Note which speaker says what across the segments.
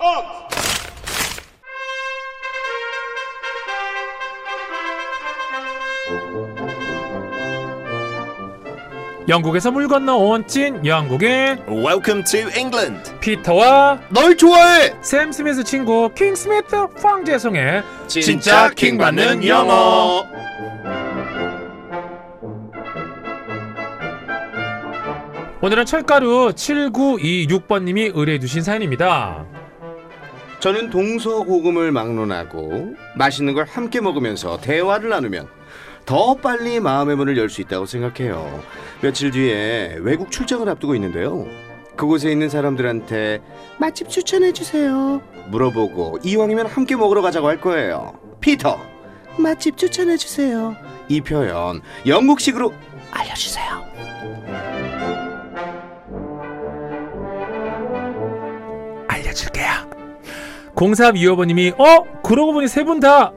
Speaker 1: up!
Speaker 2: 영국에서 물 건너 온 찐 영국인
Speaker 3: Welcome to England.
Speaker 2: 피터와
Speaker 3: 널 좋아해.
Speaker 2: 샘 스미스 친구 킹 스미트 황재성의
Speaker 3: 진짜 킹 받는 영어.
Speaker 2: 오늘은 철가루 7926번님이 의뢰해주신 사연입니다.
Speaker 3: 저는 동서고금을 막론하고 맛있는 걸 함께 먹으면서 대화를 나누면 더 빨리 마음의 문을 열 수 있다고 생각해요. 며칠 뒤에 외국 출장을 앞두고 있는데요. 그곳에 있는 사람들한테 맛집 추천해 주세요. 물어보고 이왕이면 함께 먹으러 가자고 할 거예요. 피터, 맛집 추천해 주세요. 이 표현 영국식으로 알려주세요.
Speaker 2: 알려줄게요. 0325번님이 어? 그러고 보니 세 분 다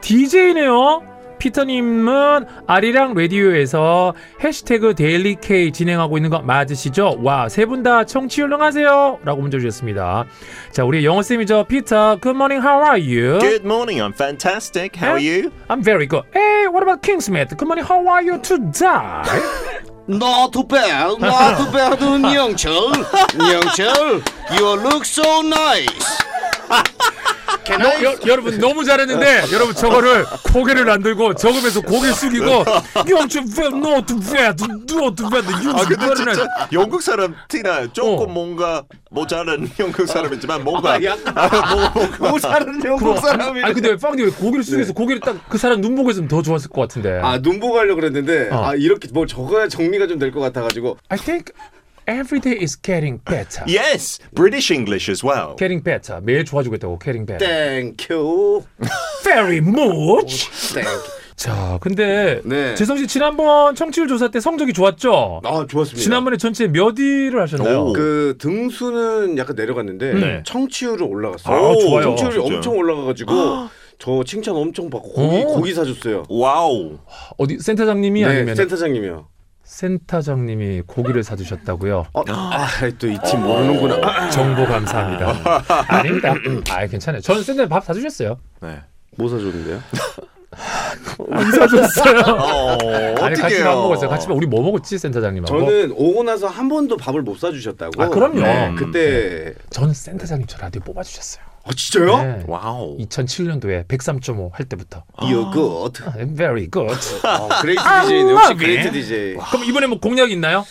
Speaker 2: DJ네요. 피터님은 아리랑 라디오에서 해시태그 데일리 K 진행하고 있는 거 맞으시죠? 와, 세 분 다 청취 훌륭하세요. 라고 문자 주셨습니다. 자, 우리 영어쌤이죠. 피터, good morning, how are you?
Speaker 4: Good morning, I'm fantastic. How are you?
Speaker 2: I'm very good. Hey, what about King Smith? Good morning, how are you today?
Speaker 3: Not bad, not bad, 영철. 영철, you look so nice. Can I?
Speaker 2: 여, 여러분 너무 잘했는데 여러분 저거를 고개를 안 들고 적으면서 고개 숙이고 영주 왜 너도 왜도 너도 왜도
Speaker 4: 아
Speaker 3: 네?
Speaker 4: 근데 진짜
Speaker 2: 영주
Speaker 4: 영국 사람 티나 조금
Speaker 2: 어.
Speaker 4: 뭔가 모자란 영국 사람이지만 뭔가
Speaker 3: 아, 약간.
Speaker 4: 아, 뭐,
Speaker 3: 못 사는 영국 사람이.
Speaker 2: 아 근데 왜 빵디 왜 고개를 숙여서 고개를 딱 그 사람 눈 보고 있으면 더 좋았을 것 같은데
Speaker 3: 아, 눈 보고 하려고 그랬는데,
Speaker 2: 어.
Speaker 3: 아, 이렇게 뭐 적어야 정리가 좀 될 것 같아가지고.
Speaker 2: I think every day is getting better
Speaker 4: yes, British English as well.
Speaker 2: getting better 매일 좋아지고 있다고 getting better
Speaker 3: Thank you.
Speaker 2: very much
Speaker 3: Thank you.
Speaker 2: 자 근데
Speaker 3: 네.
Speaker 2: 재성 씨 지난번 청취율 조사 때 성적이 좋았죠
Speaker 3: 아, 좋았습니다.
Speaker 2: 지난번에 전체 몇 위를 하셨나요?
Speaker 4: 오.
Speaker 3: 그 등수는 약간 내려갔는데,
Speaker 2: 네.
Speaker 3: 청취율은 올라갔어요.
Speaker 2: 아, 좋아요.
Speaker 3: 청취율이
Speaker 4: 진짜.
Speaker 3: 엄청 올라가가지고, 저 칭찬 엄청 받고, 고기,
Speaker 2: 오.
Speaker 3: 고기 사줬어요.
Speaker 4: 와우.
Speaker 2: 어디 센터장님이
Speaker 3: 네,
Speaker 2: 아니면
Speaker 3: 센터장님이요.
Speaker 2: 센터장님이 고기를 사주셨다고요?
Speaker 3: 어, 아, 또 이 팀 모르는구나. 아,
Speaker 2: 정보 감사합니다. 아닙니다. 아 괜찮아요. 저는 쌤들 밥 사주셨어요.
Speaker 4: 네.
Speaker 3: 뭐 사줬는데요?
Speaker 2: 어.
Speaker 3: 음.
Speaker 2: 안 사줬어요.
Speaker 4: 어,
Speaker 2: 아니 같이
Speaker 4: 어떡해요.
Speaker 2: 밥 먹었어요. 같이 밥 우리 뭐 먹었지 센터장님하고.
Speaker 3: 저는 오고 나서 한 번도 밥을 못 사주셨다고.
Speaker 2: 아, 그럼요.
Speaker 3: 네, 그때.
Speaker 2: 저는 센터장님 저 라디오 뽑아주셨어요.
Speaker 3: 아, 진짜요?
Speaker 2: 네.
Speaker 4: 와우.
Speaker 2: 2007년도에 103.5 할 때부터.
Speaker 3: You're good.
Speaker 2: I'm very good.
Speaker 4: 아,
Speaker 3: 어, 그레이트
Speaker 2: I
Speaker 3: DJ네.
Speaker 2: love
Speaker 3: 혹시
Speaker 2: it.
Speaker 3: 그레이트 DJ.
Speaker 2: 그럼 이번에 뭐 공약 있나요?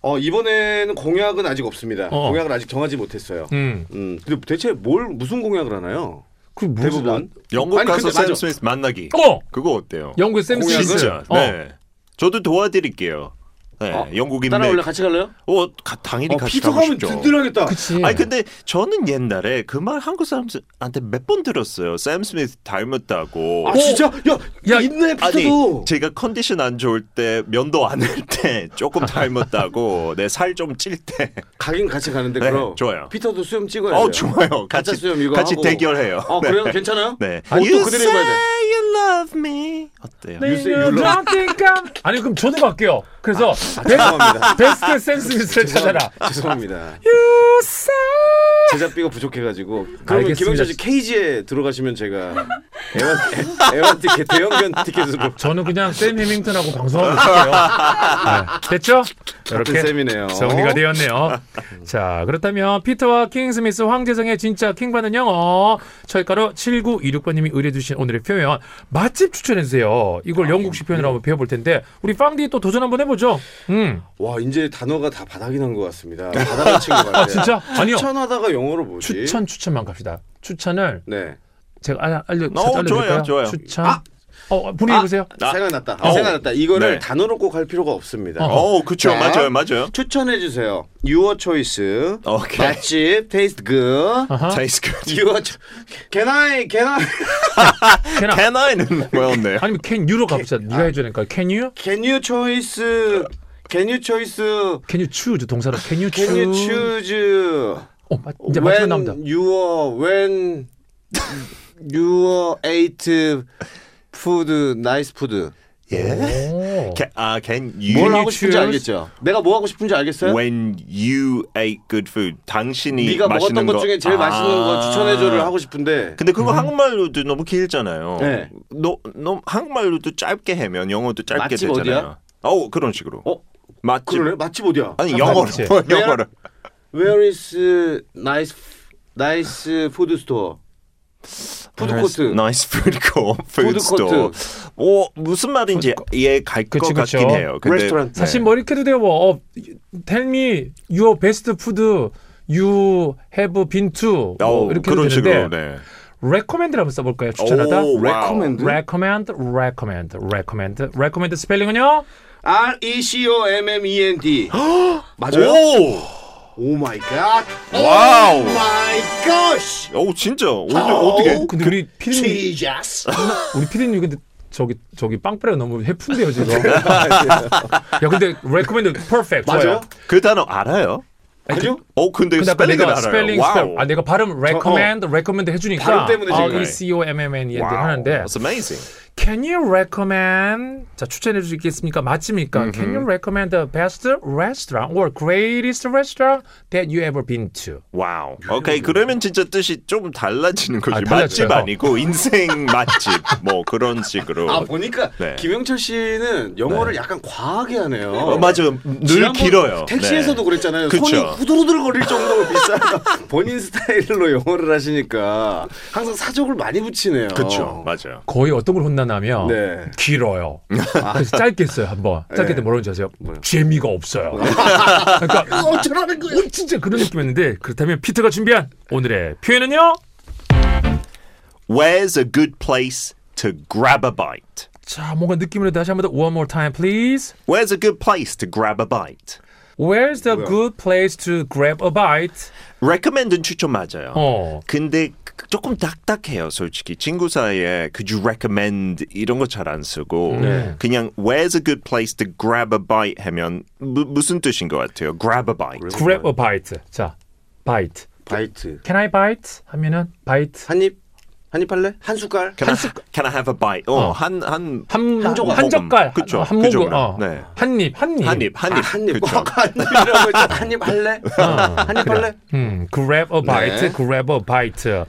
Speaker 3: 어, 이번에는 공약은 아직 없습니다.
Speaker 2: 어.
Speaker 3: 공약을 아직 정하지 못했어요.
Speaker 2: 음.
Speaker 3: 음, 근데 대체 뭘 무슨 공약을 하나요?
Speaker 2: 그 무슨-
Speaker 3: 대부분
Speaker 4: 영국
Speaker 3: 아니,
Speaker 4: 가서
Speaker 3: 근데 맞아.
Speaker 4: 샘 스미스 만나기.
Speaker 2: 어.
Speaker 4: 그거 어때요?
Speaker 2: 영국의 샘
Speaker 3: 공약은?
Speaker 2: 스미스.
Speaker 4: 진짜.
Speaker 2: 어.
Speaker 4: 네. 저도 도와드릴게요. 네.
Speaker 3: 어,
Speaker 4: 영국인 맥.
Speaker 3: 따라올래 같이 갈래요?
Speaker 4: 어, 가, 당연히
Speaker 3: 어,
Speaker 4: 같이
Speaker 3: 피터
Speaker 4: 가고
Speaker 3: 가면
Speaker 4: 싶죠.
Speaker 3: 든든하겠다.
Speaker 2: 그치.
Speaker 4: 아니 근데 저는 옛날에 그 말 한국 사람한테 몇 번 들었어요. 샘 스미스 닮았다고.
Speaker 3: 아 진짜? 야,
Speaker 2: 야,
Speaker 3: 있네
Speaker 4: 아니
Speaker 3: 피터도.
Speaker 4: 제가 컨디션 안 좋을 때 면도 안 할 때 조금 닮았다고 내 살 좀 찔 때.
Speaker 3: 가긴 같이 가는데
Speaker 4: 네,
Speaker 3: 그럼
Speaker 4: 좋아요.
Speaker 3: 피터도 수염 찍어야 돼요.
Speaker 4: 어 좋아요.
Speaker 3: 가짜
Speaker 4: 같이
Speaker 3: 수염 이거
Speaker 4: 같이
Speaker 3: 하고.
Speaker 4: 대결해요.
Speaker 3: 어 그래요? 괜찮아요?
Speaker 4: 네.
Speaker 3: 아, 옷도
Speaker 4: You
Speaker 3: 그대로
Speaker 4: say
Speaker 3: 입어야 돼.
Speaker 4: you love me. 어때요?
Speaker 2: 네,
Speaker 3: 유세
Speaker 2: you
Speaker 3: 율러.
Speaker 2: don't think I'm- 아니 그럼 저도 갈게요. 그래서
Speaker 3: 아, 죄송합니다.
Speaker 2: 베스트 샘 스미스를 찾아라.
Speaker 3: 죄송합니다.
Speaker 2: You say
Speaker 3: 제작비가 부족해가지고. 그러면
Speaker 2: 알겠습니다.
Speaker 3: 김영철 씨 케이지에 들어가시면 제가 애완 애완 티켓 대형견 티켓으로
Speaker 2: 저는 그냥 샘 해밍턴하고 방송하고 있을게요. 네, 됐죠?
Speaker 3: 같은
Speaker 2: 이렇게
Speaker 3: 셈이네요.
Speaker 2: 정리가 되었네요. 자, 그렇다면 피터와 킹스미스 황재성의 진짜 킹받는 영어 철가루 7926번님이 의뢰주신 오늘의 표현 맛집 추천해주세요. 이걸 영국식 표현으로 한번 배워볼 텐데 우리 빵디 또 도전 한번 해보죠. 음,
Speaker 3: 와 이제 단어가 다 바닥이 난 것 같습니다. 바닥을 친것 같아요.
Speaker 2: 진짜? 아니요.
Speaker 3: 추천하다가 영어로 뭐지?
Speaker 2: 추천 추천만 갑시다. 추천을
Speaker 3: 네.
Speaker 2: 제가 알려 알려
Speaker 4: 어,
Speaker 2: 알려드릴까요?
Speaker 4: 좋아요, 좋아요.
Speaker 2: 추천. 어, 분위기
Speaker 3: 아,
Speaker 2: 보세요.
Speaker 4: 아.
Speaker 3: 생각났다.
Speaker 4: 어.
Speaker 3: 생각났다. 이거를
Speaker 4: 네.
Speaker 3: 단어로 꼭 할 필요가 없습니다.
Speaker 4: 어 그쵸
Speaker 3: 자.
Speaker 4: 맞아요 맞아요.
Speaker 3: 추천해 주세요. Your choice.
Speaker 4: 오케이.
Speaker 3: 맛집 taste good.
Speaker 2: 아하.
Speaker 4: Taste good.
Speaker 3: Your cho- can I can I
Speaker 2: can I,
Speaker 4: Can I는 뭐였네요?
Speaker 2: 아니면 can you로 가보자. 네가 해줘야 되니까 can you?
Speaker 3: can you choice can you choice
Speaker 2: Can you choose 동사로 Can you
Speaker 3: can
Speaker 2: choose?
Speaker 3: you choose
Speaker 2: 어, 마, 이제 마지막
Speaker 3: when
Speaker 2: 나옵니다.
Speaker 3: you are when you are ate food nice food
Speaker 4: 예?
Speaker 2: 오.
Speaker 4: Ca- uh, can you
Speaker 3: 뭘
Speaker 2: you
Speaker 3: 하고 싶은지
Speaker 2: choose?
Speaker 3: 알겠죠? 내가 뭐 하고 싶은지 알겠어요?
Speaker 4: when you ate good food 당신이
Speaker 3: 네가
Speaker 4: 맛있는
Speaker 3: 먹었던 것
Speaker 4: 거-
Speaker 3: 중에 제일 맛있는 거
Speaker 4: 아.
Speaker 3: 추천해줘를 하고 싶은데
Speaker 4: 근데 그거
Speaker 2: 음.
Speaker 4: 한국말로도 너무 길잖아요.
Speaker 3: 네.
Speaker 4: 너, 너 한국말로도 짧게 하면 영어도 짧게
Speaker 3: 맛집
Speaker 4: 되잖아요.
Speaker 3: 어디야?
Speaker 4: 어 그런 식으로.
Speaker 3: 어?
Speaker 4: 맛집
Speaker 3: 그러네 맛집 어디야?
Speaker 4: 아니
Speaker 3: 잠깐.
Speaker 4: 영어로
Speaker 2: 맛집.
Speaker 4: 영어로.
Speaker 3: Where is uh, nice nice food store? 푸드 코트.
Speaker 4: 나이스 푸드 코 푸드
Speaker 3: 푸드
Speaker 4: 스토어.
Speaker 3: 코트.
Speaker 4: 오 무슨 말인지 예, 이해갈것
Speaker 2: 그치, 그쵸.
Speaker 4: 같긴 해요. 근데-
Speaker 3: 레스토랑.
Speaker 4: 예.
Speaker 2: 사실 뭐 이렇게도 돼요. 뭐, 어, tell me your best food you have been to 뭐
Speaker 4: 어,
Speaker 2: 이렇게
Speaker 4: 그런
Speaker 2: 되는데
Speaker 4: 식으로. 네.
Speaker 2: recommend를 한번 써볼까요? 추천하다.
Speaker 4: 오, 와우.
Speaker 3: 레코멘드?
Speaker 2: recommend, recommend, recommend, recommend 스펠링은요?
Speaker 3: R E C O M M E N D. 맞아요? Oh
Speaker 4: 오!
Speaker 3: 오 마이 갓.
Speaker 4: 와우.
Speaker 3: 오 마이 갓.
Speaker 4: 오 진짜 오늘
Speaker 2: 아.
Speaker 4: 어떻게 그
Speaker 3: 오,
Speaker 2: 근데 우리 피디님,
Speaker 3: Jesus.
Speaker 2: 우리 피디님 근데 저기 저기 빵빠레가 너무 해픈데요 지금.
Speaker 4: 예.
Speaker 2: 야 근데 recommend perfect 좋아요.
Speaker 3: 맞아요?
Speaker 4: 그 단어 알아요?
Speaker 3: 아니요? 그,
Speaker 4: 오 근데
Speaker 2: 근데 아까
Speaker 4: 스펠링을
Speaker 2: 내가
Speaker 4: 알아요.
Speaker 2: 스펠링
Speaker 4: 와우.
Speaker 2: 스펠, 아 내가 발음 recommend, recommend 해주니까
Speaker 3: 어. 발음 때문에
Speaker 2: 아,
Speaker 3: 지금.
Speaker 2: 이 C O M M N 얘들
Speaker 4: 와우.
Speaker 2: 하는데
Speaker 4: That's amazing.
Speaker 2: Can you recommend? 자 추천해 주시겠습니까? 맛집입니까? Can you recommend the best restaurant or greatest restaurant that you ever been to?
Speaker 4: 와우. 오케이 그러면 진짜 뜻이 좀 달라지는 거지.
Speaker 2: 아, 달라져요.
Speaker 4: 맛집 아니고 인생 맛집 뭐 그런 식으로.
Speaker 3: 아 보니까
Speaker 4: 네.
Speaker 3: 김영철 씨는 영어를 약간 과하게 하네요.
Speaker 4: 어, 맞아요. 늘
Speaker 3: 지난번
Speaker 4: 길어요.
Speaker 3: 택시에서도
Speaker 4: 네.
Speaker 3: 그랬잖아요.
Speaker 4: 그쵸.
Speaker 3: 손이 후들후들 거릴 정도로 비싸요. 본인 스타일로 영어를 하시니까 항상 사족을 많이 붙이네요.
Speaker 4: 그쵸. 맞아요.
Speaker 2: 거의 어떤 걸 혼나냐면
Speaker 3: 네.
Speaker 2: 길어요. 그래서 짧게 했어요 한번. 짧게 했는데 뭐라는지 아세요? 재미가 없어요. 그러니까
Speaker 3: 어쩌라는 거야?
Speaker 2: 어, 진짜 그런 느낌이었는데 그렇다면 피터가 준비한 오늘의 표현은요.
Speaker 4: Where's a good place to grab a bite?
Speaker 2: 자 뭔가 느낌으로 다시 한번 더 One more time please.
Speaker 4: Where's a good place to grab a bite?
Speaker 2: Where's the good place to grab a bite?
Speaker 4: Recommend은 추천 맞아요.
Speaker 2: 어.
Speaker 4: 근데 그, 조금 딱딱해요, 솔직히. 친구 사이에 could you recommend 이런 거 잘 안 쓰고
Speaker 2: 네.
Speaker 4: 그냥 where's a good place to grab a bite 하면 무, 무슨 뜻인 것 같아요? grab a bite.
Speaker 2: Grab a bite. 자 bite.
Speaker 3: 바이트.
Speaker 2: Can I bite? 하면은 bite.
Speaker 3: 한 입? 한 입 할래? 한 숟갈?
Speaker 4: Can I, can I have a bite? Oh,
Speaker 2: Oh.
Speaker 4: 어, 한, 한,
Speaker 2: 한, 한
Speaker 4: 조각.
Speaker 2: 젓갈,
Speaker 4: 그쵸,
Speaker 2: 한
Speaker 4: 그
Speaker 2: 모금,
Speaker 4: 정도.
Speaker 2: 어.
Speaker 4: 네.
Speaker 2: 한 입, 한 입.
Speaker 4: 한 입, 한 입.
Speaker 3: 아, 한 입.
Speaker 4: 그쵸. 아,
Speaker 3: 한 입이라고 했잖아. 한입 할래? 한 입 할래?
Speaker 2: 음, grab a bite,
Speaker 3: 네.
Speaker 2: grab a bite. 자,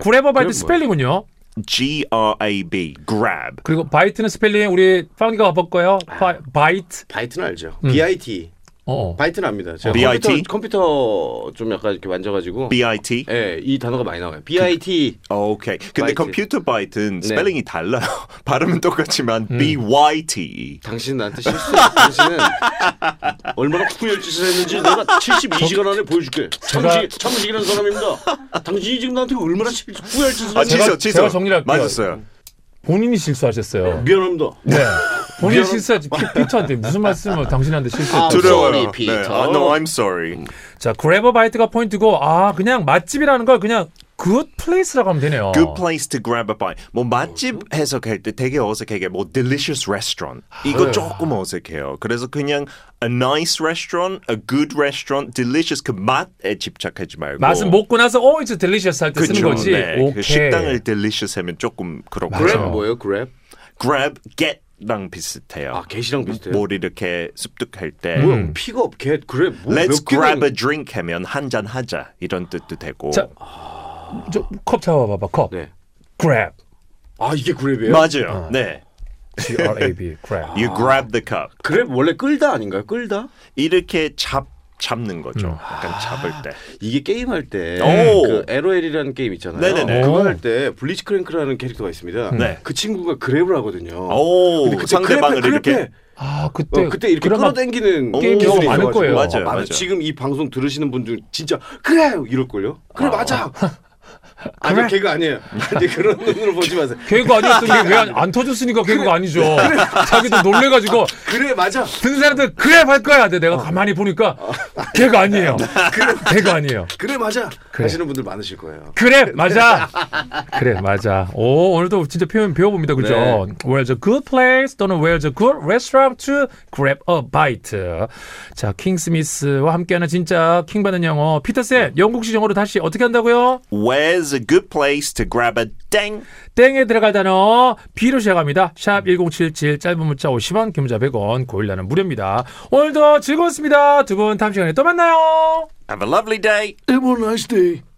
Speaker 2: grab a
Speaker 4: 뭐.
Speaker 2: bite 스펠링은요.
Speaker 4: G-R-A-B, grab.
Speaker 2: 그리고 bite는 스펠링 우리 파운디가 와볼까요?
Speaker 4: 아.
Speaker 2: 바, bite.
Speaker 3: 바이트는 알죠. BIT.
Speaker 2: 어.
Speaker 3: 바이트는 압니다. 제가
Speaker 4: BIT?
Speaker 3: 컴퓨터, 컴퓨터 좀 약간 이렇게 만져가지고
Speaker 4: B-I-T.
Speaker 3: 예, 이 단어가 많이 나와요. BIT.
Speaker 4: 그- 오케이. 근데
Speaker 3: 바이트.
Speaker 4: 컴퓨터 바이트는 스펠링이 달라요. 발음은 똑같지만 B-Y-T-E.
Speaker 3: 당신 나한테 실수. 당신은 얼마나 쿠쿠열 짓을 했는지 내가 72시간 안에 보여줄게.
Speaker 2: 제가-
Speaker 3: 참식, 참식이라는 사람입니다. 당신이 지금 나한테 얼마나 실- 쿠쿠열 짓을
Speaker 4: 아,
Speaker 3: 했는지
Speaker 4: 취소, 취소.
Speaker 2: 제가 정리할게요.
Speaker 4: 맞았어요.
Speaker 2: 본인이 실수하셨어요.
Speaker 3: 미안합니다.
Speaker 2: 네. 본인이
Speaker 4: 미안-
Speaker 2: 실수하지. 피- 피터한테 무슨 말씀을 당신한테
Speaker 3: 아,
Speaker 2: 실수했죠.
Speaker 4: 두려워요.
Speaker 3: sorry,
Speaker 4: 네.
Speaker 3: Peter.
Speaker 4: 아, no, I'm sorry.
Speaker 2: 자, grab a bite가 포인트고, 아, 그냥 맛집이라는 걸 그냥 good place라고 하면 되네요.
Speaker 4: Good place to grab a bite. 뭐 맛집 해석할 때 되게 어색하게 뭐 delicious restaurant 이거 조금 어색해요. 그래서 그냥 a nice restaurant, a good restaurant, delicious 그 맛에 집착하지 말고
Speaker 2: 맛은 먹고 나서, 어, it's delicious 할 때 쓰는
Speaker 4: 그쵸,
Speaker 2: 거지.
Speaker 4: 네. 그
Speaker 2: 오케이.
Speaker 4: 식당을 delicious 하면 조금 그렇고
Speaker 2: 맞아.
Speaker 3: 그랩 뭐예요? 그랩?
Speaker 4: grab get랑 비슷해요.
Speaker 3: 아, get이랑 비슷해요?
Speaker 4: 뭘 이렇게 습득할 때
Speaker 3: 뭐야? 픽업, 겟, 그랩. 뭐,
Speaker 4: 음. Let's
Speaker 3: 몇 개가
Speaker 4: grab
Speaker 3: 있는-
Speaker 4: a drink 하면 한 잔 하자 이런 뜻도 되고
Speaker 2: 자, 저, 컵 잡아봐봐, 컵.
Speaker 3: 네.
Speaker 2: grab.
Speaker 3: 아, 이게 그랩이에요?
Speaker 4: 맞아요. 네.
Speaker 2: G-R-A-B, grab.
Speaker 3: 아.
Speaker 4: You grab the cup.
Speaker 3: 그랩 원래 끌다 아닌가요? 끌다?
Speaker 4: 이렇게 잡 잡는 거죠.
Speaker 3: 음. 아.
Speaker 4: 약간 잡을 때.
Speaker 3: 이게 게임할 때
Speaker 4: 오.
Speaker 3: 그 LOL이라는 게임 있잖아요.
Speaker 4: 네네네.
Speaker 2: 오.
Speaker 3: 그거 할 때 블리치 크랭크라는 캐릭터가 있습니다.
Speaker 4: 네.
Speaker 3: 그 친구가 그랩을 하거든요.
Speaker 4: 오,
Speaker 3: 근데 그때
Speaker 4: 상대방을
Speaker 3: 그랩해,
Speaker 4: 이렇게-
Speaker 3: 그랩해.
Speaker 2: 아, 그때.
Speaker 3: 어, 그때 이렇게
Speaker 2: 드라마- 게임
Speaker 3: 끌어당기는 경우가
Speaker 2: 기술이 많을
Speaker 3: 있어가지고.
Speaker 2: 거예요.
Speaker 4: 맞아요,
Speaker 3: 많아요.
Speaker 4: 맞아요.
Speaker 3: 지금 이 방송 들으시는 분들 진짜 그래 이럴걸요. 그래 맞아. 아니 요 개그 아니에요. 아니 그런 눈으로 보지 마세요.
Speaker 2: 개그 아니었던 게왜안 안 터졌으니까 개그가 아니죠. 자기도 놀래가지고
Speaker 3: 그래 맞아.
Speaker 2: 듣는 사람들 그래 할 거야. 근데 내가 가만히 보니까 개그 아니에요. 개그 아니에요.
Speaker 3: 그래 맞아. 하시는 분들 많으실 거예요.
Speaker 2: 그래 맞아. 그래 맞아. 오 오늘도 진짜 표현 배워봅니다. 그죠?
Speaker 3: 네.
Speaker 2: Where's a good place 또는 Where's a good restaurant to grab a bite. 자, 킹 스미스와 함께하는 진짜 킹 받는 영어. 피터 쌤, 영국식 영어로 다시 어떻게 한다고요?
Speaker 4: Where's where's a good place to grab a dang?
Speaker 2: 땡에 들어갈 단어 B로 시작합니다. 샵 1077 짧은 문자 50원 긴 문자 100원 고일라는 무료입니다. 오늘도 즐거웠습니다. 두 분 다음 시간에 또 만나요.
Speaker 4: Have a lovely day.
Speaker 3: Have a nice day.